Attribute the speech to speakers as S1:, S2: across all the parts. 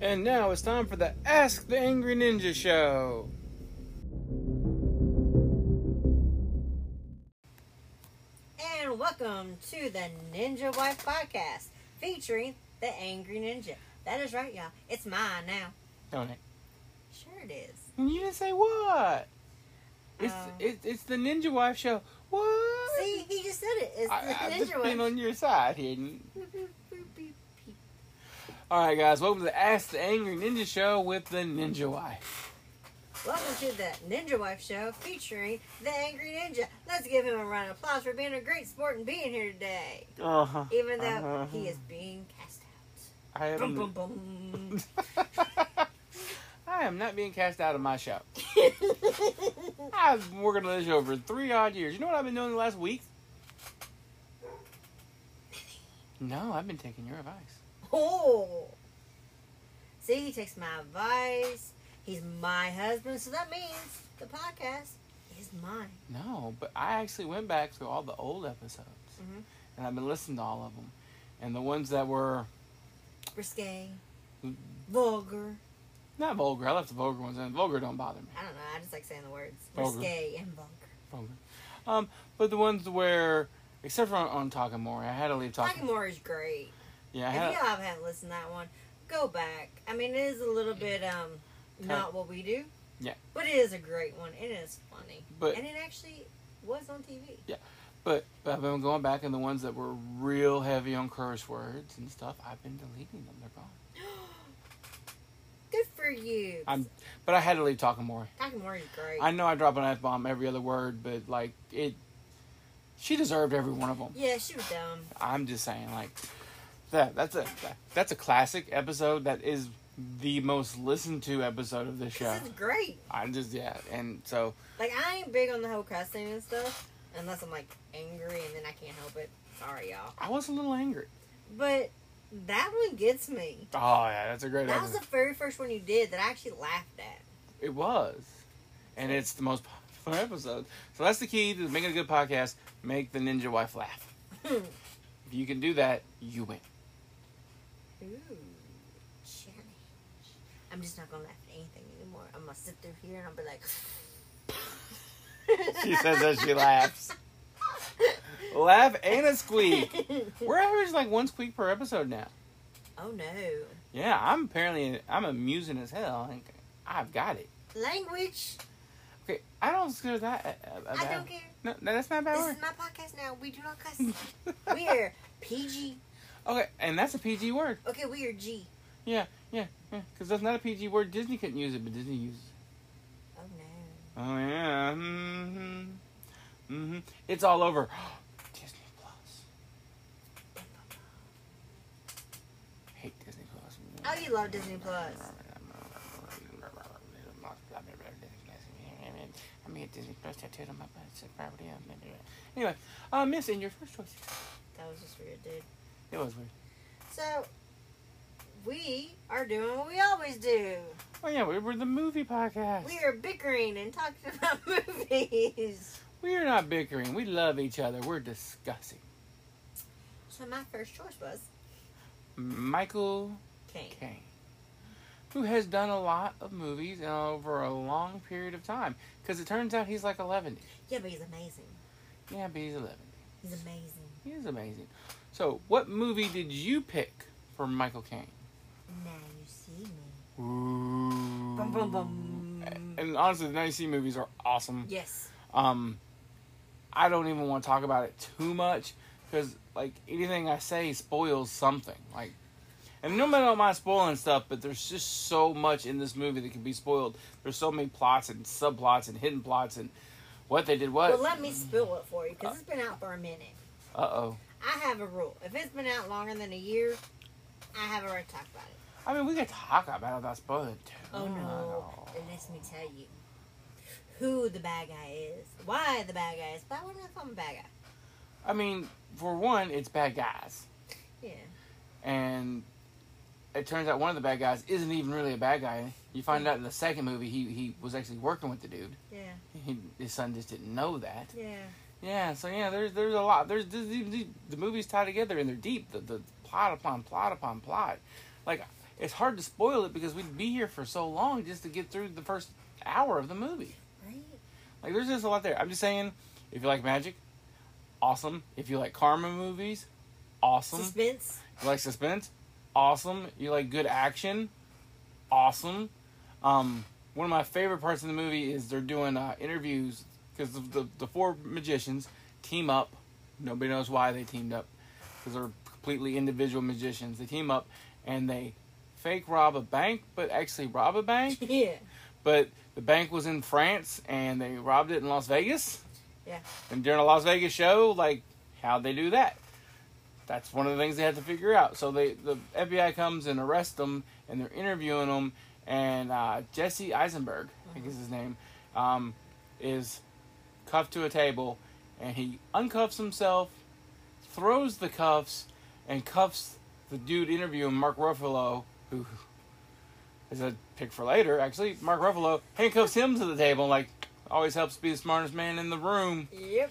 S1: And now it's time for the Ask the Angry Ninja Show.
S2: And welcome to the Ninja Wife Podcast featuring the Angry Ninja. That is right, y'all. It's mine now.
S1: Don't it?
S2: Sure it is.
S1: And you didn't say what? It's
S2: Oh.
S1: it, it's the Ninja Wife Show. What?
S2: See, he just said it. It's the
S1: I, I've just
S2: Ninja
S1: been
S2: Wife.
S1: on your side, Hayden.
S2: Boop, boop, boop, boop, boop.
S1: All right, guys. Welcome to the Ask the Angry Ninja Show with the Ninja Wife.
S2: Welcome to the Ninja Wife Show featuring the Angry Ninja. Let's give him a round of applause for being a great sport and being here today.
S1: Uh huh.
S2: Even though he is being cast out.
S1: I
S2: Boom,
S1: am.
S2: boom, boom.
S1: I am not being cast out of my show. I've been working on this show for three odd years. You know what I've been doing the last week? No, I've been taking your advice.
S2: oh. See, he takes my advice. He's my husband, so that means the podcast is mine.
S1: No, but I actually went back through all the old episodes,
S2: Mhm.
S1: and I've been listening to all of them, and the ones that were
S2: Risque,
S1: Mm.
S2: vulgar.
S1: not vulgar. I left the vulgar ones in. Vulgar don't bother me.
S2: I don't know. I just like saying the words
S1: Vulgar.
S2: risque and vulgar.
S1: Vulgar. Um, but the ones where, except for on, on Talking More, I had to leave Talking.
S2: Talking more is great.
S1: Yeah, I
S2: If
S1: had.
S2: y'all haven't listened to that one, go back. I mean, it is a little bit um not what we do.
S1: Yeah.
S2: But it is a great one. It is funny,
S1: But
S2: and it actually was on TV.
S1: But, but I've been going back and the ones that were real heavy on curse words and stuff. I've been deleting them. They're gone.
S2: Good for you.
S1: I'm, but I had to leave talking more.
S2: Talking more is great.
S1: I know I drop an f bomb every other word, but like it, she deserved every one of them.
S2: yeah, she was dumb.
S1: I'm just saying, like that. That's a that, that's a classic episode. That is the most listened to episode of the show.
S2: This is great.
S1: I'm just yeah, and so
S2: Like I ain't big on the whole cussing and stuff, unless I'm like angry and then I can't help it. Sorry, y'all.
S1: I was a little angry.
S2: But that one gets me.
S1: Oh yeah, that's a great
S2: That was
S1: episode.
S2: the very first one you did that I actually laughed at.
S1: It was. And it's the most popular episode. So that's the key to making a good podcast. Make the ninja wife laugh. if you can do that, you win.
S2: Ooh, challenge. I'm just not gonna laugh at anything anymore. I'm gonna sit through here and I'll be like.
S1: She says that she laughs. Laugh and a squeak. We're averaging like one squeak per episode now.
S2: oh no,
S1: Yeah, I'm apparently I'm amusing as hell. Like, I've got it.
S2: language.
S1: Okay, I don't consider that a, a, a
S2: I
S1: bad.
S2: don't care.
S1: No, no, that's not a bad
S2: This
S1: word.
S2: is my podcast now. We do not cuss. we are PG.
S1: Okay, and that's a PG word.
S2: Okay, we are G.
S1: Yeah, because that's not a PG word. Disney couldn't use it, but Disney uses it.
S2: Oh no.
S1: Oh yeah. Mm-hmm. Mm-hmm. It's all over. Disney Plus. Hate Disney Plus.
S2: Oh, you love Disney Plus.
S1: I'm gonna get Disney Plus tattooed on my butt. It's a property. of- Anyway, uh, Miss, in your first choice,
S2: That was just weird, dude.
S1: it was weird.
S2: So, we are doing what we always do.
S1: Oh yeah, we were the movie podcast.
S2: We are bickering and talking about movies.
S1: We are not bickering. We love each other. We're discussing.
S2: So my first choice was
S1: Michael
S2: Kane.
S1: Caine, who has done a lot of movies and over a long period of time. Because it turns out he's like 11.
S2: Yeah, but he's amazing.
S1: Yeah, but he's 11.
S2: He's amazing.
S1: He is amazing. So, what movie did you pick for Michael Caine?
S2: Now you see me.
S1: Ooh.
S2: Bum, bum, bum.
S1: And honestly, the 90 movies are awesome.
S2: Yes.
S1: Um, I don't even want to talk about it too much because like anything I say spoils something. Like, and normally I don't mind spoiling stuff, but there's just so much in this movie that can be spoiled. There's so many plots and subplots and hidden plots and what they did
S2: Well,
S1: what.
S2: let me spill it for you because it's been out for a minute.
S1: uh oh.
S2: I have a rule. If it's been out longer than a year, I have a right to talk about it.
S1: I mean, we could talk about it without spoiling. too
S2: Oh no.
S1: much.
S2: And let me tell you who the bad guy is, why the bad guy is, but I wouldn't have called him a bad guy.
S1: I mean, for one, it's bad guys,
S2: Yeah.
S1: and it turns out one of the bad guys isn't even really a bad guy. You find out in the second movie he he was actually working with the dude.
S2: Yeah.
S1: He, his son just didn't know that.
S2: Yeah.
S1: Yeah, so yeah, there's there's a lot. There's, there's the, the, the movies tied together and they're deep. The, the plot upon plot upon plot. Like it's hard to spoil it because we'd be here for so long just to get through the first hour of the movie.
S2: Right?
S1: Like, there's just a lot there. I'm just saying, if you like magic, awesome. If you like karma movies, awesome.
S2: Suspense.
S1: You like suspense? Awesome. You like good action? Awesome. Um, one of my favorite parts of the movie is they're doing uh, interviews because the, the, the four magicians team up. Nobody knows why they teamed up because they're completely individual magicians. They team up and they fake rob a bank, but actually rob a bank.
S2: yeah.
S1: But the bank was in France and they robbed it in Las Vegas.
S2: Yeah.
S1: And during a Las Vegas show, like how'd they do that? That's one of the things they had to figure out. So they the FBI comes and arrests them, and they're interviewing them. And uh, Jesse Eisenberg, I think is his name, um, is cuffed to a table, and he uncuffs himself, throws the cuffs, and cuffs the dude interviewing Mark Ruffalo, who is a pick for later. Actually, Mark Ruffalo handcuffs him to the table, like always helps be the smartest man in the room.
S2: Yep.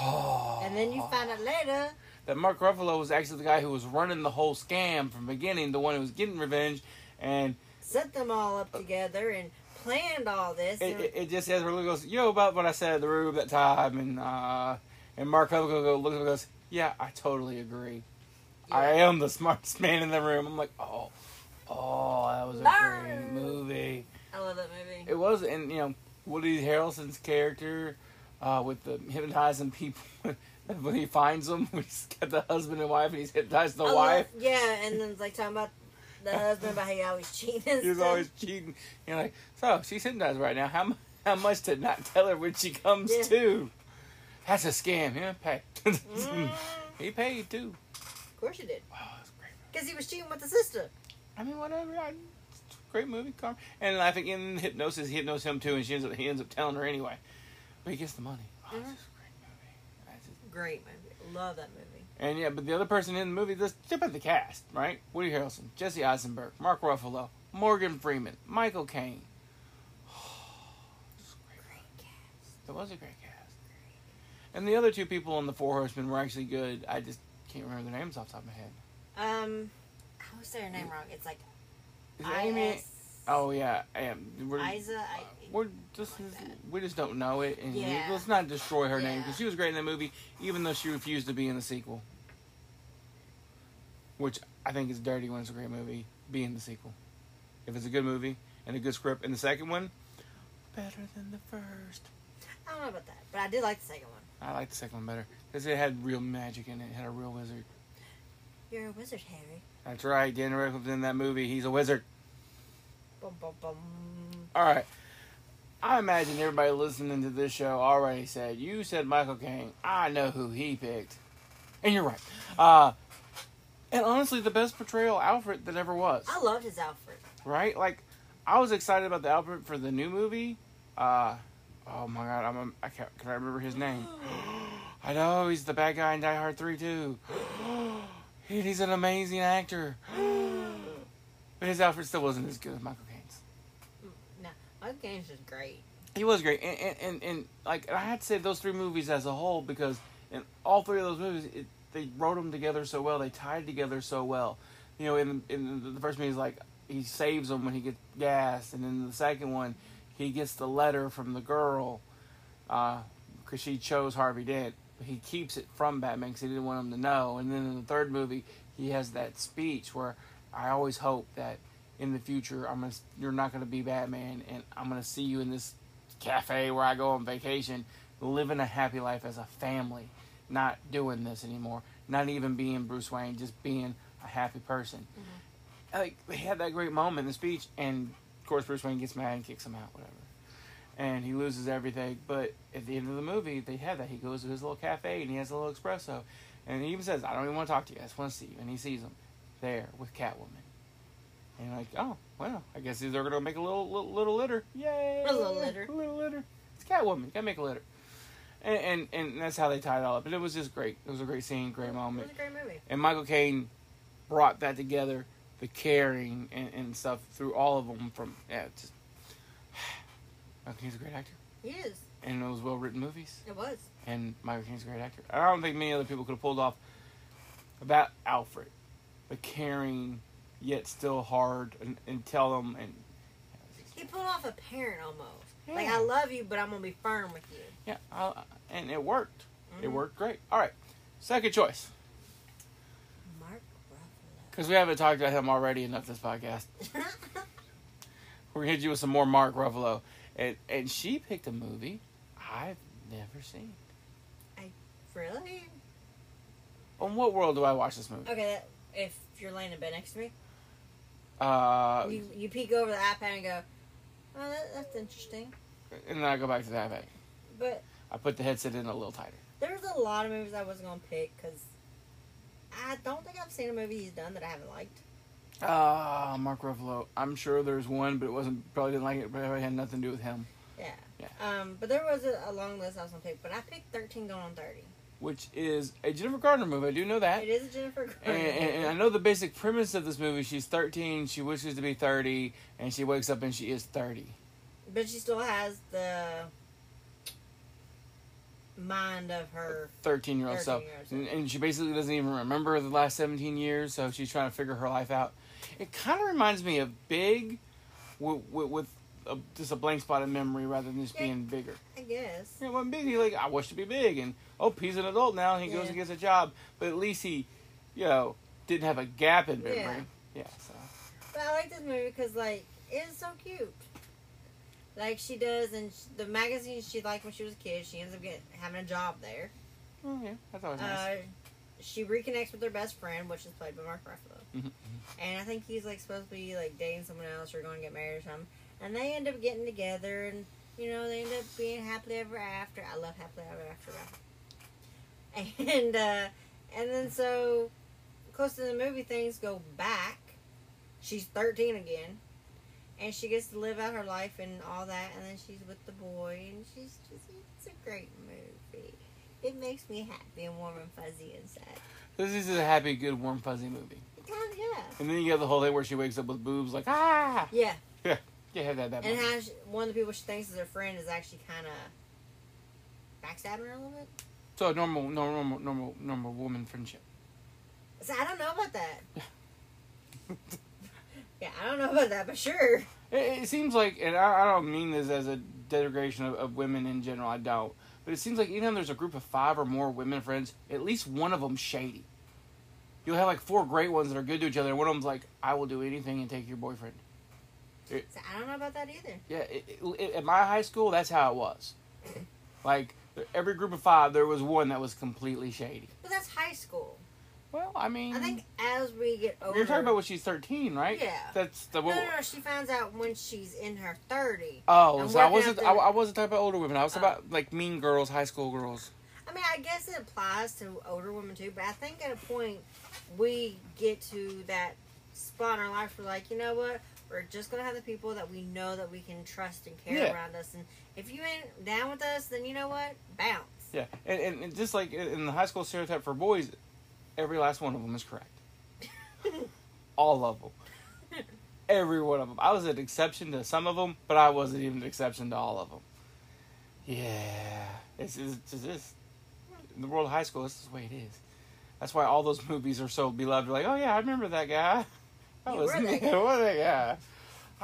S2: And then you find out later.
S1: that Mark Ruffalo was actually the guy who was running the whole scam from the beginning, the one who was getting revenge, and
S2: set them all
S1: Uh-huh.
S2: up together and planned all this.
S1: it,
S2: and-
S1: it, it just as Ruffalo goes, "Yo, about what I said at the room that time," and uh, and Mark Ruffalo go- looks at him and goes, "Yeah, I totally agree. I am the smartest man in the room." I'm like, "Oh, oh, that was a great
S2: Burn.
S1: movie.
S2: I love that movie.
S1: It was." And you know, Woody Harrelson's character uh, with the hypnotizing people. When he finds them, he's got the husband and wife, and he's hypnotized the
S2: I love-
S1: wife.
S2: yeah, and then like talking about the husband about how he always cheating. and
S1: He was
S2: stuff.
S1: always cheating. You're like, so she's hypnotized right now. How mu- how much to not tell her when she comes
S2: Yeah.
S1: to? That's a scam. Yeah, pay.
S2: Mm,
S1: he paid too.
S2: of course he did,
S1: Oh, it's great.
S2: because he was cheating with the sister.
S1: I mean, whatever. I, it's a great movie. Car- and I think in hypnosis, he hypnosis him too, and she ends up he ends up telling her anyway. But he gets the money. Oh,
S2: Mhm.
S1: this is a great movie. That's just-
S2: Great movie. Love that movie.
S1: And yeah, but the other person in the movie, let's tip at the cast, right? Woody Harrelson, Jesse Eisenberg, Mark Ruffalo, Morgan Freeman, Michael Caine. It's a great
S2: Great cast.
S1: It was a great cast. And the other two people on the Four Horsemen were actually good. I just can't remember their names off the top of my head.
S2: Um, I was saying her name wrong. It's like
S1: Is it Amy?
S2: Amy.
S1: Oh yeah, I am. We're,
S2: Isa. I,
S1: we're just
S2: like that.
S1: we just don't know it, and we-
S2: Yeah.
S1: let's not destroy her name
S2: Yeah.
S1: because she was great in the movie, even though she refused to be in the sequel. Which I think is dirty when it's a great movie. Be in the sequel, if it's a good movie and a good script. And the second one, better than the first.
S2: I don't know about that, but I did like the second one.
S1: I like the second one better because it had real magic in it. It had a real wizard.
S2: You're a wizard, Harry.
S1: That's right. Daniel Radcliffe's in that movie. He's a wizard.
S2: Bum, bum, bum.
S1: All right. I imagine everybody listening to this show already said, you said Michael Caine. I know who he picked. And you're right. Uh, and honestly, the best portrayal Alfred that ever was.
S2: I loved his Alfred.
S1: Right? Like, I was excited about the Alfred for the new movie. Uh, oh my God. I'm, a, I can't, can I remember his name? I know he's the bad guy in Die Hard 3 too. And he's an amazing actor. but his Alfred still wasn't as good as Michael Caine's.
S2: No, Michael Caine's is great.
S1: He was great, and and, and, and like and I had to say those three movies as a whole because in all three of those movies, it, they wrote them together so well, they tied together so well. You know, in in the- the first movie, is like he saves them when he gets gassed, and in the second one, he gets the letter from the girl because she chose Harvey Dent. He keeps it from Batman because he didn't want him to know. And then in the third movie, he has that speech where I always hope that in the future, I'm gonna you're not gonna be Batman, and I'm gonna see you in this cafe where I go on vacation, living a happy life as a family, not doing this anymore, not even being Bruce Wayne, just being a happy person.
S2: Mm-hmm.
S1: Like they had that great moment in the speech, and of course Bruce Wayne gets mad and kicks him out, whatever, and he loses everything. But at the end of the movie, they have that. He goes to his little cafe and he has a little espresso, and he even says, "I don't even want to talk to you. I just want to see you." And he sees him there with Catwoman. And you're like, oh, well, I guess they're gonna make a little little, little litter. Yay!
S2: A little litter.
S1: A little litter. It's Catwoman. Gotta make a litter. And, and and that's how they tied it all up. And it was just great. It was a great scene, great
S2: It
S1: moment.
S2: was a great movie.
S1: And Michael Caine brought that together, the caring and, and stuff through all of them. From yeah, it's just Michael Caine's a great actor,
S2: He is.
S1: and it was well written movies.
S2: It was.
S1: And Michael Caine's a great actor. I don't think many other people could have pulled off about Alfred, the caring yet still hard and, and tell them and
S2: He pulled off a parent almost. Like
S1: Yeah.
S2: I love you, but I'm gonna be firm with you.
S1: yeah I, and it worked it
S2: Mhm.
S1: worked great all right second choice
S2: Mark Ruffalo.
S1: because we haven't talked about him already enough this podcast we're gonna hit you with some more Mark Ruffalo and and she picked a movie I've never seen
S2: really?
S1: on what world do I watch this movie
S2: Okay. That, if you're laying in bed next to me,
S1: uh
S2: you, you peek over the iPad and go, "Oh, that, that's interesting."
S1: and then I go back to that
S2: But
S1: I put the headset in a little tighter
S2: there's a lot of movies I was gonna pick because I don't think I've seen a movie he's done that I haven't liked.
S1: Ah, Mark Ruffalo. I'm sure there's one, but it wasn't probably didn't like it. Probably had nothing to do with him.
S2: Yeah.
S1: Yeah.
S2: Um, but there was a, a long list I was gonna pick, but I picked Thirteen Going on Thirty.
S1: Which is a Jennifer Gardner movie. I do know that.
S2: It is a Jennifer
S1: And,
S2: Garner.
S1: and, and I know the basic premise of this movie. She's 13. She wishes to be 30, and she wakes up and she is 30.
S2: But she still has the mind of her.
S1: 13 year old self,
S2: 13-year-old self.
S1: and, and she basically doesn't even remember the last 17 years. So she's trying to figure her life out. It kind of reminds me of Big, with, with, with a, just a blank spot of memory rather than just
S2: Yeah.
S1: being bigger.
S2: I guess.
S1: Yeah, when big, he like I wish to be big, and oh, he's an adult now, and he goes
S2: Yeah.
S1: and gets a job. But at least he, you know, didn't have a gap in memory.
S2: Yeah.
S1: Yeah. so
S2: But I like this movie because like it's so cute. Like she does, and sh- the magazine she liked when she was a kid, she ends up getting having a job there.
S1: oh, yeah, that's always
S2: Uh,
S1: nice.
S2: she reconnects with her best friend, which is played by Mark Ruffalo.
S1: Mhm.
S2: And I think he's like supposed to be like dating someone else or going to get married or something. And they end up getting together, and you know they end up being happily ever after. I love happily ever after. Ralph. And uh, and then so close to the movie, things go back. She's thirteen again, and she gets to live out her life and all that. And then she's with the boy, and she's just—it's a great movie. It makes me happy and warm and fuzzy inside.
S1: This is a happy, good, warm, fuzzy movie.
S2: It does, yeah.
S1: And then you have the whole thing where she wakes up with boobs, like ah,
S2: Yeah,
S1: you have that that.
S2: and
S1: much.
S2: how she, one of the people she thinks is her friend is actually kind of backstabbing her a little bit.
S1: so a normal, no- normal, normal, normal woman friendship.
S2: So I don't know about that. yeah, I don't know about that, but sure.
S1: It, it seems like, and I, I don't mean this as a degradation of, of women in general. I don't, but it seems like even if there's a group of five or more women friends, at least one of them's shady. You'll have like four great ones that are good to each other, and one of them's like, "I will do anything and take your boyfriend."
S2: So I don't know about that either.
S1: Yeah, it, it- it- at my high school, that's how it was. Like every group of five, there was one that was completely shady.
S2: But that's high school.
S1: Well, I mean,
S2: I think as we get older,
S1: you're talking about when she's thirteen, right?
S2: Yeah.
S1: That's the.
S2: No, no, no. She finds out when she's in her thirty.
S1: Oh,
S2: I'm
S1: so I
S2: working
S1: wasn't.
S2: out
S1: I,
S2: the-
S1: I wasn't talking about older women. I was
S2: Oh.
S1: about like mean girls, high school girls.
S2: I mean, I guess it applies to older women too, but I think at a point we get to that spot in our life where, like, you know what? We're just gonna have the people that we know that we can trust and care
S1: Yeah.
S2: around us, and if you ain't down with us, then you know what? Bounce.
S1: Yeah, and, and, and just like in in the high school stereotype for boys, every last one of them is correct. All of them. Every one of them. I was an exception to some of them, but I wasn't even an exception to all of them. Yeah, it's it's just this. In the world of high school, this is the way it is. That's why all those movies are so beloved. Like, oh yeah, I remember that guy. That
S2: You
S1: was
S2: were
S1: me.
S2: that guy."
S1: What that guy?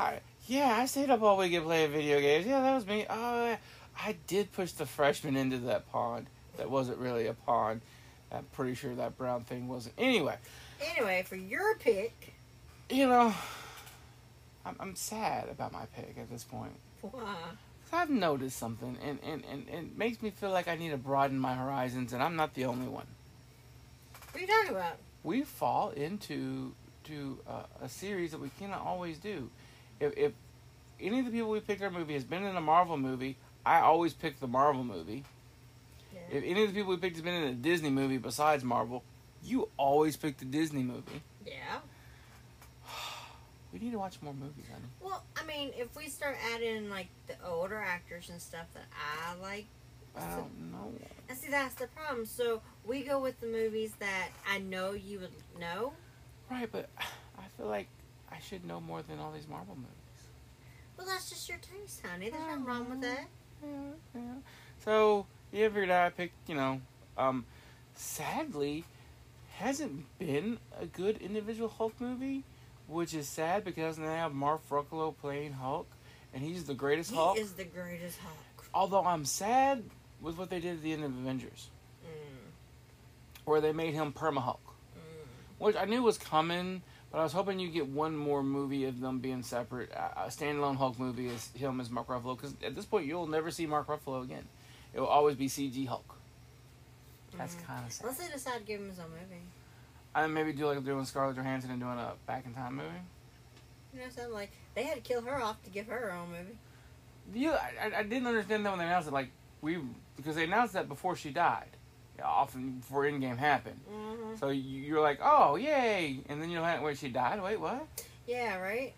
S1: I, yeah, I stayed up all weekend playing video games. Yeah, that was me. Oh, yeah. I did push the freshman into that pond. That wasn't really a pond. I'm pretty sure that brown thing wasn't. Anyway,
S2: Anyway, for your pick,
S1: you know, I'm, I'm sad about my pick at this point.
S2: why?
S1: 'Cause I've noticed something, and, and, and, and it makes me feel like I need to broaden my horizons, and I'm not the only one.
S2: What are you talking about?
S1: we fall into to uh, a series that we cannot always do. If, if any of the people we picked our movie has been in a Marvel movie, I always pick the Marvel movie.
S2: Yeah.
S1: If any of the people we picked has been in a Disney movie besides Marvel, you always pick the Disney movie.
S2: yeah.
S1: We need to watch more movies, honey.
S2: Well, I mean, if we start adding like the older actors and stuff that I like.
S1: I don't know.
S2: And see, that's the problem. So we go with the movies that I know you would know.
S1: Right, but I feel like I should know more than all these Marvel movies.
S2: Well, that's just your taste, honey. There's nothing wrong with that.
S1: Yeah, yeah. So yeah, figured out I picked, you know, um, sadly, hasn't been a good individual Hulk movie which is sad because now they have Mark Ruffalo playing Hulk, and he's the greatest
S2: He
S1: Hulk.
S2: is the greatest Hulk.
S1: Although I'm sad with what they did at the end of Avengers,
S2: Mm,
S1: where they made him Perma Hulk,
S2: mm.
S1: which I knew was coming, but I was hoping you get one more movie of them being separate, a a standalone Hulk movie is him as Mark Ruffalo, because at this point you'll never see Mark Ruffalo again. It will always be CG Hulk. That's
S2: Mm.
S1: kind of sad.
S2: Unless they decide to give him his own movie.
S1: I maybe do like doing Scarlett Johansson and doing a back in time movie.
S2: You know, something like they had to kill her off to give her her own movie.
S1: You, I, I- I didn't understand that when they announced it. Like we, because they announced that before she died, yeah, often before Endgame happened.
S2: Mm-hmm.
S1: So you, you're like, oh yay, and then you're like, wait, she died. Wait, what?
S2: Yeah, right.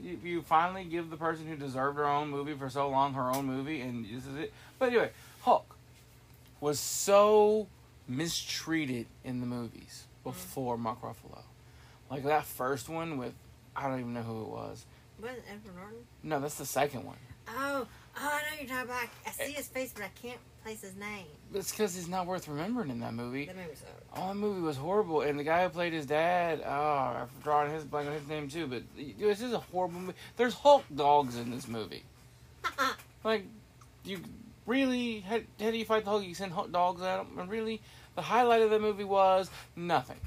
S1: You, you finally give the person who deserved her own movie for so long her own movie, and this is it. But anyway, Hulk was so mistreated in the movies before Mark Ruffalo. Like that first one with, I don't even know who it was.
S2: Wasn't Edward Norton?
S1: No, that's the second one.
S2: Oh, oh, I know you're talking about. I
S1: Eh.
S2: see his face, but I can't place his name.
S1: It's because he's not worth remembering in that movie.
S2: That movie sucked.
S1: Oh, that movie was horrible, and the guy who played his dad, oh, I'm drawing his blank on his name too, but dude, this is a horrible movie. There's Hulk dogs in this movie. Like, you really, how, how do you fight the Hulk? You send Hulk dogs at him? And really, the highlight of the movie was nothing.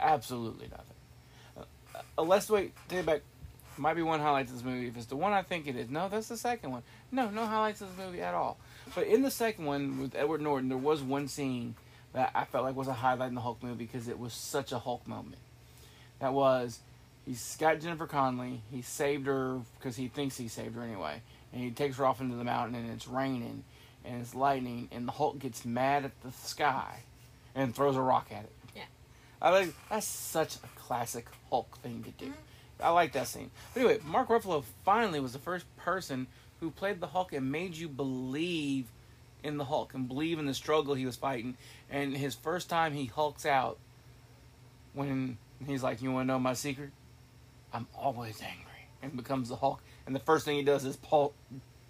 S1: Absolutely nothing. Uh, unless, wait, take it back. Might be one highlight to this movie. If it's the one I think it is, no, that's the second one. No, no highlights of this movie at all. But in the second one with Edward Norton, there was one scene that I felt like was a highlight in the Hulk movie because it was such a Hulk moment. That was, he's got Jennifer Connelly. He saved her because he thinks he saved her anyway, and he takes her off into the mountain, and it's raining, and it's lightning, and the Hulk gets mad at the sky, and throws a rock at it.
S2: Yeah.
S1: I like that's such a classic Hulk thing to do.
S2: Mhm.
S1: I like that scene. But anyway, Mark Ruffalo finally was the first person who played the Hulk and made you believe in the Hulk and believe in the struggle he was fighting. And his first time he hulks out when he's like, "You want to know my secret? I'm always angry." And becomes the Hulk. And the first thing he does is pul-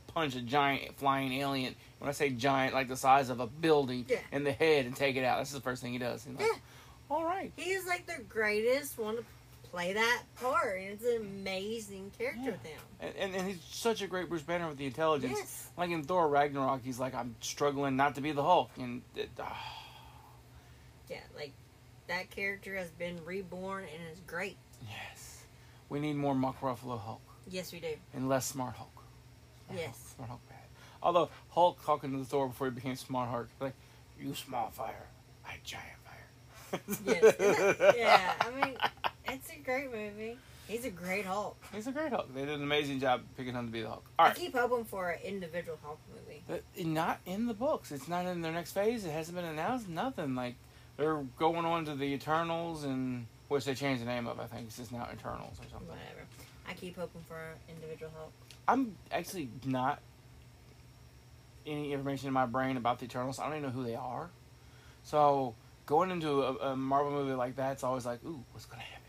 S1: punch a giant flying alien. When I say giant, like the size of a building,
S2: Yeah.
S1: in the head and take it out. That's the first thing he does. He's like,
S2: Yeah.
S1: All right.
S2: He is like the greatest one to play that part. and It's an amazing character
S1: Yeah.
S2: with him.
S1: And, and, and he's such a great Bruce Banner with the intelligence.
S2: Yes.
S1: Like in Thor Ragnarok, he's like, I'm struggling not to be the Hulk. And it, ah,
S2: Yeah, like that character has been reborn and is great.
S1: yes. We need more Mark Ruffalo Hulk
S2: Yes, we do.
S1: and less Smart Hulk. Smart Hulk,
S2: Yes.
S1: Smart Hulk bad. Although, Hulk talking to the Thor before he became Smart Hulk, like, you small fire, I giant fire.
S2: Yes. yeah, I mean, it's a great movie. He's a great Hulk.
S1: He's a great Hulk. They did an amazing job picking him to be the Hulk. All
S2: I
S1: right.
S2: keep hoping for an individual Hulk movie.
S1: But not in the books. It's not in their next phase. It hasn't been announced. Nothing. Like they're going on to the Eternals, and which they changed the name of. I think it's just now Eternals or something.
S2: Whatever. I keep hoping for an individual Hulk.
S1: I'm actually not any information in my brain about the Eternals. I don't even know who they are. So going into a, a Marvel movie like that, it's always like, ooh, what's gonna happen?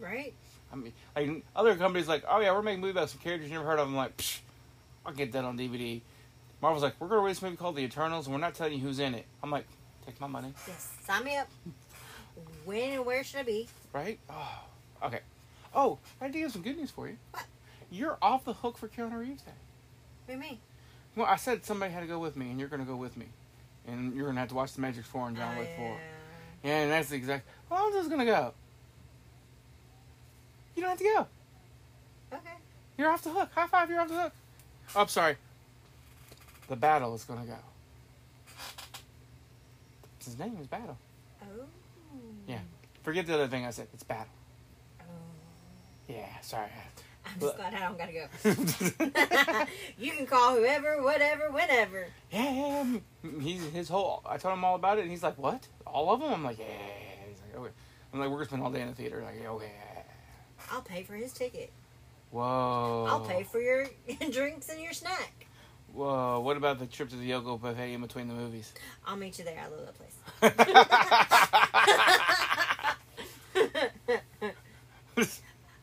S2: Right?
S1: I mean, like other companies, like, oh yeah, we're making a movie about some characters you never heard of. I'm like, Psh, I'll get that on DVD. Marvel's like, we're gonna release a movie called The Eternals, and we're not telling you who's in it. I'm like, take my money,
S2: Yes. Sign me up. When and where should I be?
S1: right? Oh, okay. Oh, I do have some good news for you.
S2: What?
S1: You're off the hook for Keanu Reeves Day.
S2: Be me.
S1: Well, I said somebody had to go with me, and you're gonna go with me, and you're gonna have to watch The Matrix Four and John
S2: Oh,
S1: Wick Four.
S2: yeah.
S1: Yeah, and that's the exact. Well, I'm just gonna go. You don't have to go.
S2: uh, Okay.
S1: You're off the hook. High five, you're off the hook. Oh, I'm sorry. The battle is gonna go. His name is Battle.
S2: Oh.
S1: Yeah. Forget the other thing I said. It's Battle.
S2: Oh.
S1: Yeah, sorry.
S2: I'm
S1: But-
S2: just glad I don't gotta go.
S1: yeah,
S2: you can call whoever, whatever, whenever.
S1: yeah, yeah. He's his whole. I told him all about it, and he's like, "What? All of them?" I'm like, "Yeah." He's like, "Okay." I'm like, "We're gonna spend all day in the theater." Like, "Yeah, okay."
S2: I'll pay for his ticket.
S1: Whoa.
S2: I'll pay for your drinks and your snack.
S1: Whoa. What about the trip to the Yoko buffet in between the movies?
S2: I'll meet you there. I love that place.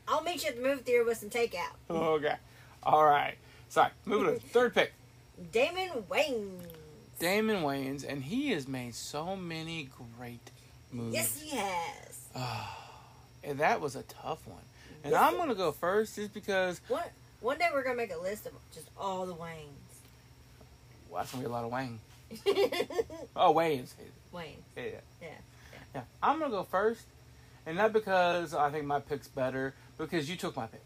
S2: I'll meet you at the movie theater with some takeout.
S1: Oh, okay. All right. Sorry. Moving on. Third pick.
S2: Damon Wayne.
S1: Damon Wayans, and Mm. he has made so many great movies. Ah,
S2: Yes, he has.
S1: And that was a tough one. And
S2: Yes,
S1: I'm
S2: it
S1: going to go first just because
S2: One one day we're gonna make a list of just all the Waynes.
S1: well, that's going to be a lot of Wayne. Oh, Wayne's.
S2: Wayne.
S1: Yeah.
S2: Yeah,
S1: Yeah. I'm going to go first. And not because I think my pick's better, because you took my pick.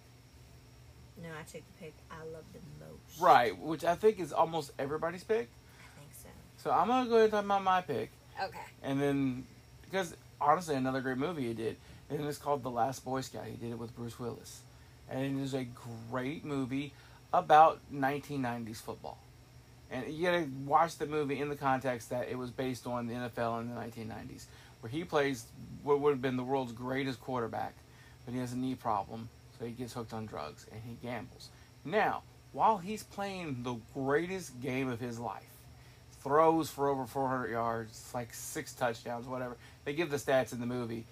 S2: No, I took the pick I love the most.
S1: Right. Which I think is almost everybody's pick.
S2: I think so.
S1: So I'm going to go ahead and talk about my pick.
S2: Okay.
S1: And then, because honestly, another great movie he did. And it's called The Last Boy Scout. He did it with Bruce Willis. And it is a great movie about 1990s football. And you gotta watch the movie in the context that it was based on the NFL in the 1990s, where he plays what would have been the world's greatest quarterback, but he has a knee problem, so he gets hooked on drugs and he gambles. Now, while he's playing the greatest game of his life, throws for over 400 yards, like six touchdowns, whatever. They give the stats in the movie.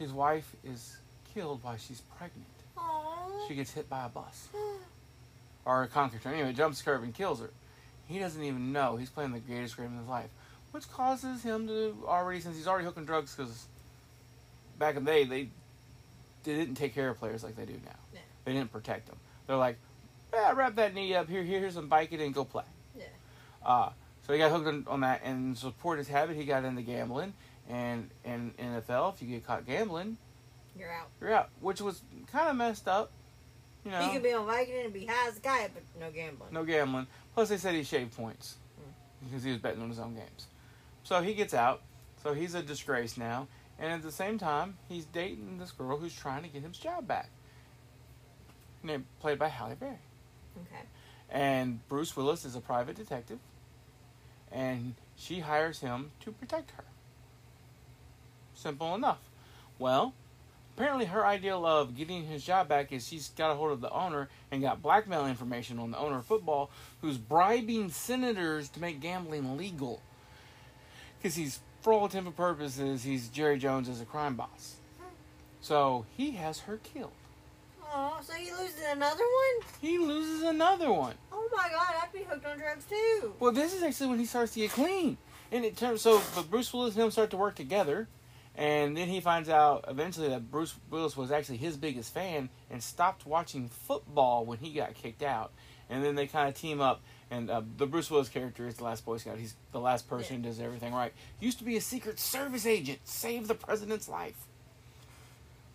S1: His wife is killed while she's pregnant.
S2: Aww.
S1: She gets hit by a bus or a concrete train. Anyway, jumps the curb and kills her. He doesn't even know he's playing the greatest game of his life, which causes him to already since he's already hooking drugs because back in the day they they didn't take care of players like they do now.
S2: Yeah.
S1: They didn't protect them. They're like, yeah, wrap that knee up here, here, here's some bike it and go play.
S2: Yeah.
S1: Uh, so he got hooked on, on that, and to support his habit, he got into gambling. And in NFL, if you get caught gambling,
S2: You're out.
S1: you're out, which was kind of messed up. You know,
S2: He could be on Viking and be high as a guy, but no gambling.
S1: no gambling. Plus, they said he shaved points because he was betting on his own games. So he gets out. So he's a disgrace now. And at the same time, he's dating this girl who's trying to get his job back. Named, played by Halle Berry.
S2: Okay.
S1: And Bruce Willis is a private detective. And she hires him to protect her. Simple enough. Well, apparently her ideal of getting his job back is she's got a hold of the owner and got blackmail information on the owner of football who's bribing senators to make gambling legal. Because he's, for all intents and purposes, he's Jerry Jones as a crime boss. So he has her killed.
S2: Oh, so you losing another one?
S1: He loses another one.
S2: Oh my god, I'd be hooked on drugs too.
S1: Well, this is actually when he starts to get clean, and it turns so. But Bruce Willis and him start to work together, and then he finds out eventually that Bruce Willis was actually his biggest fan and stopped watching football when he got kicked out, and then they kind of team up. And uh, the Bruce Willis character is the last Boy Scout. He's the last person who does everything right. Used to be a Secret Service agent, saved the president's life.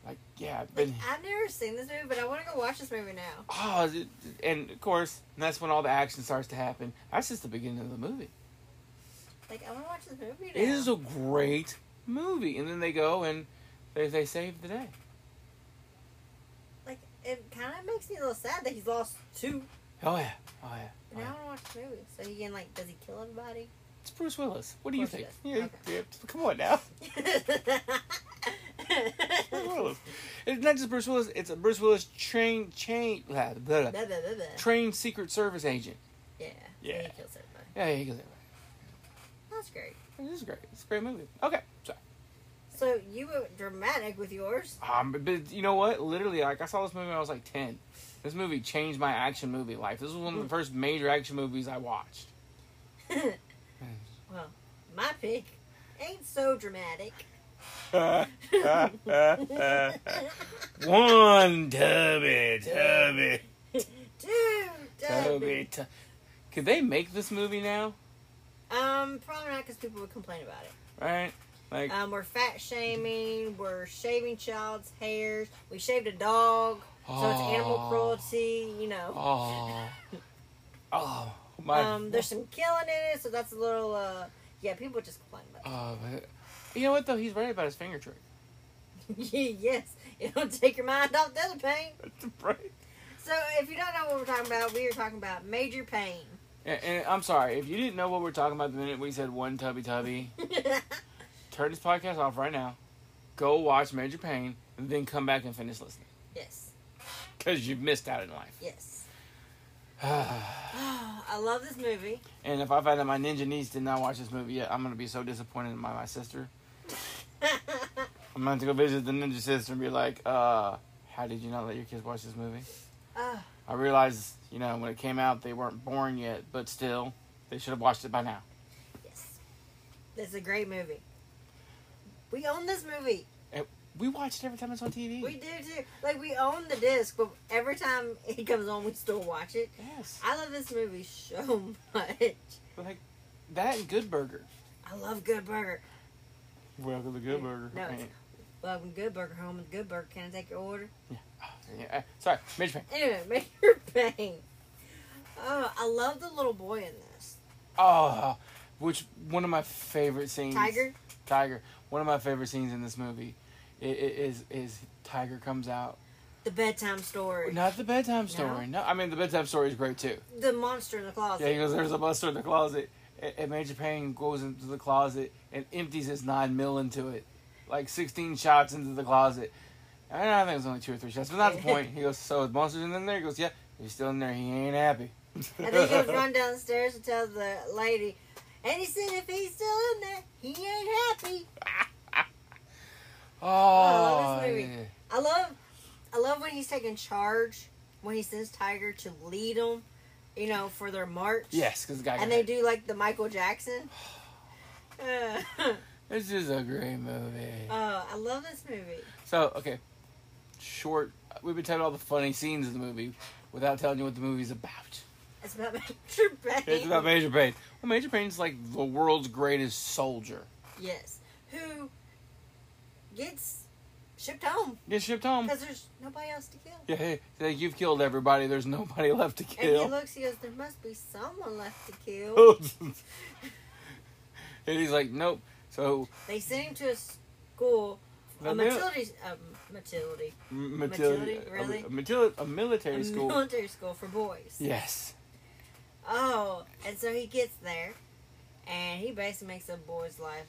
S1: Like, yeah, I've
S2: Like,
S1: been.
S2: I've never seen this movie, but I want to go watch this movie now.
S1: Oh, is it- and of course, that's when all the action starts to happen. That's just the beginning of the movie.
S2: Like, I want to watch this movie now.
S1: It is a great movie. And then they go and they, they save the day.
S2: like, it kind of makes me a little sad that he's lost two.
S1: Oh, yeah. Oh, yeah.
S2: But now I want to watch the movie. So he can, like, does he kill anybody?
S1: It's Bruce Willis. What do you
S2: Bruce
S1: think? Yeah,
S2: Willis.
S1: yeah, Come on now. Bruce Willis. It's not just Bruce Willis. It's a Bruce Willis trained, chain, blah, blah, blah,
S2: Blah, blah, blah, blah.
S1: trained Secret Service agent.
S2: yeah.
S1: Yeah.
S2: He kills everybody.
S1: Yeah, he goes that
S2: That's great.
S1: way. This is great. It's a great movie. Okay. So,
S2: So you were dramatic with yours.
S1: um, but- but you know what? Literally, like I saw this movie when I was like 10. This movie changed my action movie life. This was one of the first major action movies I watched.
S2: well, my pick ain't so dramatic.
S1: One Tubby, Tubby,
S2: Dude,
S1: Tubby. Tu- Could they make this movie now?
S2: Um, probably not because people would complain about it.
S1: Right? Like,
S2: Um, we're fat shaming. We're shaving child's hairs. We shaved a dog, Uh, so it's animal
S1: Aw.
S2: cruelty. You know.
S1: oh, oh, my.
S2: Um, there's some killing in it, so that's a little. uh Yeah, people just complain about.
S1: oh, but- you know what though? He's right about his finger trick.
S2: it. yes, it'll take your mind off the other pain.
S1: right.
S2: So if you don't know what we're talking about, we are talking about major pain.
S1: And, and I'm sorry if you didn't know what we're talking about the minute we said one Tubby Tubby. turn this podcast off right now. Go watch Major Pain, and then come back and finish listening
S2: yes,
S1: because you've missed out in life.
S2: yes. I love this movie.
S1: And if I find out my ninja niece did not watch this movie yet, I'm gonna be so disappointed in my, my sister. I'm gonna have to go visit the ninja sister and be like, uh, how did you not let your kids watch this movie?
S2: Ah.
S1: I realize, you know, when it came out they weren't born yet, but still, they should have watched it by now.
S2: Yes. This is a great movie. We own this movie.
S1: We watch it every time it's on TV.
S2: We do too. Like we own the disc, but every time it comes on, we still watch it.
S1: yes.
S2: I love this movie so much.
S1: Like that and Good Burger.
S2: I love Good Burger.
S1: Welcome to Good Burger.
S2: No, it's-
S1: Yeah.
S2: Welcome to Good Burger home and Good Burger. Can I take your order?
S1: Yeah, uh, Sorry, Midge Pain.
S2: Anyway, make your bang. Oh, I love the little boy in this.
S1: Oh, which one of my favorite scenes?
S2: Tiger.
S1: Tiger. One of my favorite scenes in this movie i- i- is is Tiger comes out.
S2: The bedtime story.
S1: Not the bedtime story. No, I mean the bedtime story is great too.
S2: The monster in the closet.
S1: Yeah, he goes. There's a monster in the closet, and, and Major Payne goes into the closet and empties his nine mil into it, like sixteen shots into the closet. I, I think it was only two or three shots, but not the point. He goes, so the monster's in there. He goes, yeah, he's still in there. He ain't happy.
S2: And then he goes run downstairs and tell the lady, and he said if he's still in there, he ain't happy.
S1: Oh,
S2: love this movie.
S1: yeah.
S2: I love, I love when he's taking charge when he sends Tiger to lead them, you know, for their march.
S1: yes, because the guy.
S2: And
S1: got
S2: they do like the Michael Jackson. Uh, oh,
S1: This is a great movie.
S2: I love this movie.
S1: So, okay. Short. We've been telling all the funny scenes of the movie without telling you what the movie's about.
S2: It's about Major Bang.
S1: It's about Major Payne. Well, Major Payne's like the world's greatest soldier.
S2: Yes, who gets shipped home
S1: Gets shipped home.
S2: because there's nobody else to kill.
S1: Yeah, hey, like, you've killed everybody. There's nobody left to
S2: And he
S1: kill.
S2: looks, he goes, there must be someone left to kill.
S1: and he's like, nope. So
S2: They sent him to a school, a
S1: Now,
S2: Matilda's, um, Matilda,
S1: M-
S2: Matilda,
S1: Matilda,
S2: really?
S1: a, a Matilda, a
S2: a
S1: military school.
S2: military school for boys.
S1: yes.
S2: Oh, and so he gets there, and he basically makes a boy's life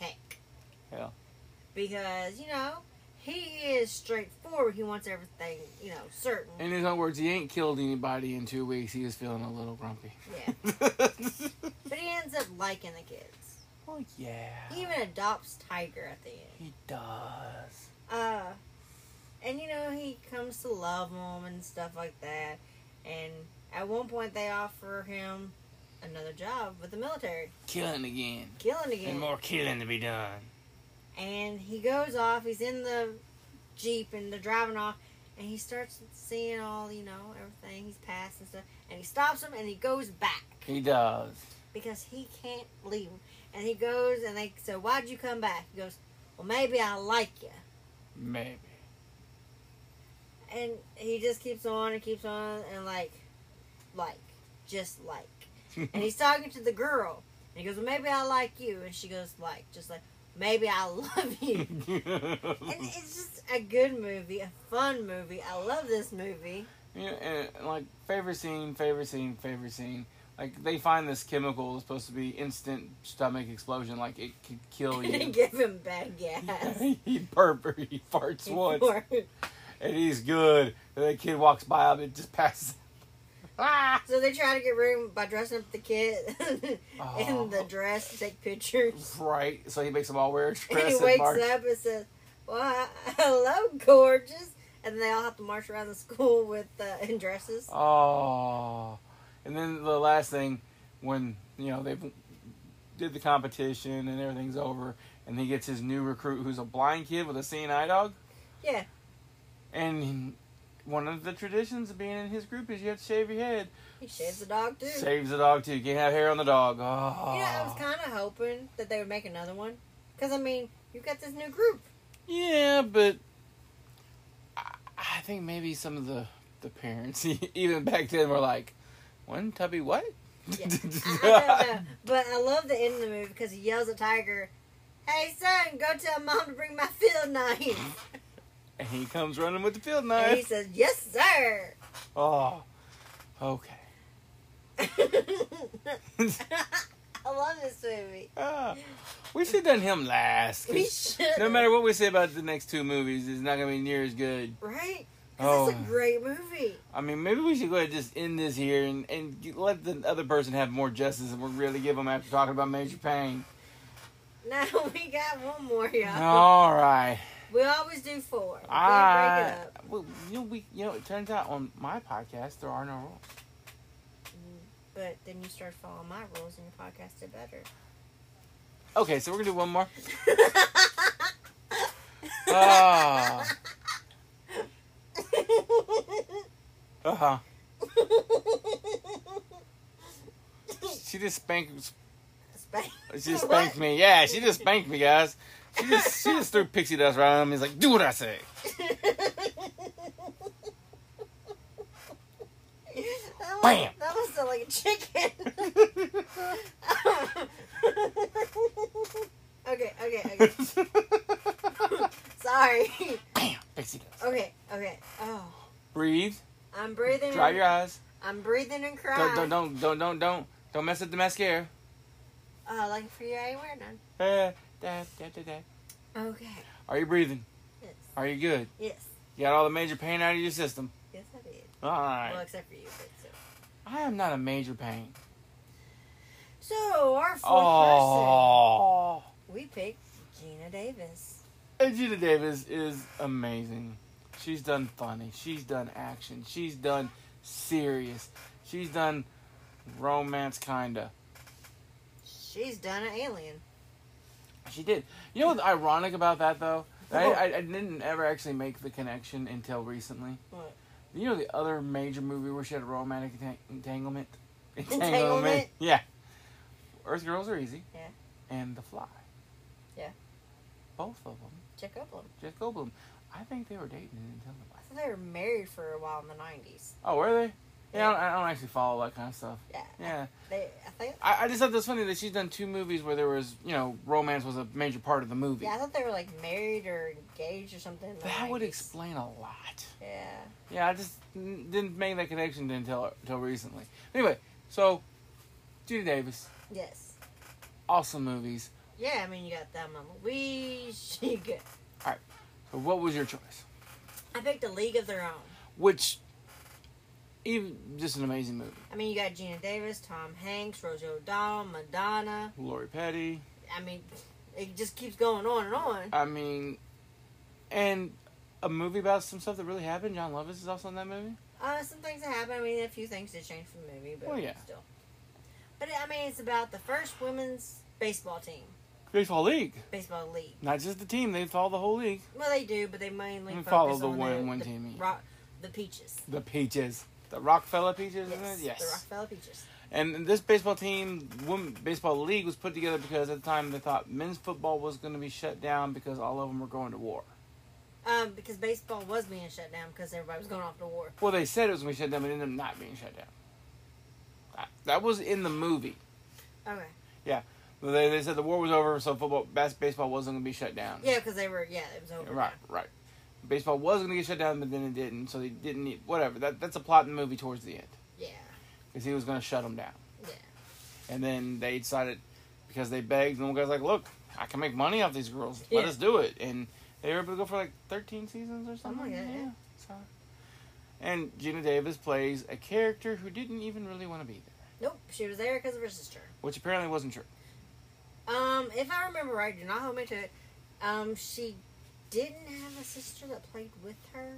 S2: heck.
S1: Hell.
S2: Because you know he is straightforward. He wants everything you know certain.
S1: In his own words, he ain't killed anybody in two weeks. He was feeling a little grumpy.
S2: yeah, but he ends up liking the kids.
S1: oh yeah.
S2: He even adopts Tiger at the end.
S1: He does.
S2: Uh, and you know he comes to love them and stuff like that. And at one point they offer him another job with the military,
S1: Killing again.
S2: killing again.
S1: And more killing to be done.
S2: And he goes off. He's in the jeep and they're driving off. And he starts seeing all you know everything he's passed and stuff. And he stops him and he goes back
S1: He does.
S2: because he can't leave him. And he goes and they so why'd you come back? He goes, well maybe I like you.
S1: Maybe.
S2: and he just keeps on and keeps on and like like just like and he's talking to the girl and he goes well maybe i like you and she goes like just like maybe i love you and
S1: yeah,
S2: it's just a good movie a fun movie i love this movie
S1: and, and, like favorite scene, favorite scene, favorite scene. Like they find this chemical that's supposed to be instant stomach explosion. Like it could kill
S2: and they
S1: you.
S2: give him bad gas
S1: he burps. He farts once,
S2: Before-
S1: and he's good. And the kid walks by him and just passes. ah!
S2: so they try to get rid of him by dressing up the kid in the
S1: Oh.
S2: dress to take pictures
S1: Right. So he makes them all wear a dress.
S2: And he
S1: and
S2: wakes
S1: march.
S2: up and says, "Well, I- hello, gorgeous." And they all have to march around the school with uh, in dresses.
S1: Oh, and then the last thing, when you know they did the competition and everything's over, and he gets his new recruit who's a blind kid with a seeing eye dog.
S2: Yeah.
S1: And one of the traditions of being in his group is you have to shave your head.
S2: He shaves the dog too.
S1: Shaves the dog too. You can't have hair on the dog. Oh.
S2: You know, I was kind of hoping that they would make another one, because I mean, you got this new group.
S1: yeah, but I, I think maybe some of the the parents even back then were like, "One tubby what?"
S2: Yeah. I, I don't know, but I love the end of the movie because he yells at Tiger, "Hey son, go tell mom to bring my field knife."
S1: And he comes running with the field knife.
S2: and he says, "Yes, sir."
S1: Oh, okay.
S2: I love this movie.
S1: Ah, we should have done him last. 'cause
S2: We should.
S1: No matter what we say about the next two movies, it's not going to be near as good.
S2: Right? Because
S1: Oh,
S2: it's a great movie.
S1: I mean, maybe we should go ahead and just end this here and, and g- let the other person have more justice and we'll really give them after talking about Major Pain.
S2: No, we got one more, y'all.
S1: All right.
S2: We always do four. We break
S1: I,
S2: it up.
S1: well, you, know, we, you know, it turns out on my podcast, there are no rules.
S2: But then you start following my rules and your podcast did better.
S1: Okay, so we're going to do one more. Ah. Uh huh. She just spanked.
S2: Spank.
S1: She just spanked me. Yeah, she just spanked me, guys. She just she just threw pixie dust right on me. He's like, do what I say.
S2: That was-
S1: Bam.
S2: That was sound like a chicken. okay, okay, okay. Sorry.
S1: Bam, pixie dust.
S2: Okay, okay. Oh,
S1: Breathe.
S2: I'm breathing.
S1: Dry
S2: and-
S1: your eyes.
S2: I'm breathing and crying.
S1: Don't don't don't don't don't don't, don't mess up the mascara.
S2: Oh, like for you, I ain't wearing none.
S1: Eh, da, da, da, da.
S2: Okay.
S1: Are you breathing?
S2: Yes.
S1: Are you good?
S2: Yes.
S1: You got all the major pain out of your system.
S2: Yes, I did.
S1: All
S2: Well,
S1: right.
S2: except for you, but so.
S1: I am not a major pain.
S2: So our fourth
S1: Oh,
S2: person, we picked Gina Davis.
S1: Gina Davis is amazing. She's done funny. She's done action. She's done serious. She's done romance, kinda.
S2: She's done an alien.
S1: She did. You know what's ironic about that though? I,
S2: Oh.
S1: I, I didn't ever actually make the connection until recently.
S2: What?
S1: You know the other major movie where she had a romantic entang- entanglement?
S2: Entanglement?
S1: Yeah. Earth Girls Are Easy.
S2: Yeah.
S1: And The Fly.
S2: Yeah.
S1: Both of them.
S2: Check up on.
S1: Jeff Goldblum. I think they were dating and telling
S2: I thought they were married for a while in the nineties.
S1: Oh, were they? Yeah, I, don't, I don't actually follow that kind of stuff.
S2: Yeah.
S1: Yeah.
S2: They. I think.
S1: I, I just thought that's funny that she's done two movies where there was, you know, romance was a major part of the movie.
S2: Yeah, I thought they were like married or engaged or something. in the
S1: that would
S2: 90s.
S1: explain a lot.
S2: Yeah.
S1: Yeah, I just n- didn't make that connection until until recently. Anyway, so Judy Davis,
S2: Yes.
S1: awesome movies.
S2: Yeah. I mean, you got that Mama Louise. She good.
S1: So what was your choice?
S2: I picked a League of Their Own.
S1: Which, even just an amazing movie.
S2: I mean, you got Gina Davis, Tom Hanks, Rosie O'Donnell, Madonna.
S1: Lori Petty.
S2: I mean, it just keeps going on and on.
S1: I mean, and a movie about some stuff that really happened. John Lovitz is also in that movie.
S2: Uh, some things that happened. I mean, a few things did change from the movie, but
S1: Well, Oh, yeah.
S2: still. But I mean, it's about the first women's baseball team,
S1: Baseball league,
S2: baseball league.
S1: not just the team. They follow the whole league.
S2: Well, they do, but they mainly
S1: We
S2: focus
S1: follow the
S2: on
S1: one-
S2: the,
S1: one
S2: the
S1: team each.
S2: rock, the peaches.
S1: The Peaches, the Rockefeller Peaches,
S2: Yes,
S1: isn't it? Yes.
S2: the Rockefeller peaches.
S1: And this baseball team, women baseball league, was put together because at the time they thought men's football was going to be shut down because all of them were going to war.
S2: Um, because baseball was being shut down because everybody was going off to war.
S1: Well, they said it was going to be shut down, but it ended up not being shut down. That, that was in the movie.
S2: Okay.
S1: They, they said the war was over, so football, bas- baseball wasn't going to be shut down.
S2: Yeah, because they were. Yeah, it was over.
S1: Right, right. Baseball was going to get shut down, but then it didn't, so they didn't need whatever. That that's a plot in the movie towards the end
S2: Yeah.
S1: because he was going to shut them down,
S2: Yeah.
S1: and then they decided because they begged, and one guy's like, "Look, I can make money off these girls. Let
S2: Yeah.
S1: us do it." And they were able to go for like thirteen seasons or something.
S2: Something like that, yeah.
S1: So, and Gina Davis plays a character who didn't even really want to be there,
S2: Nope. She was there because of her sister.
S1: which apparently wasn't true.
S2: Um, if I remember right, do not hold me to it. Um, she didn't have a sister that played with her.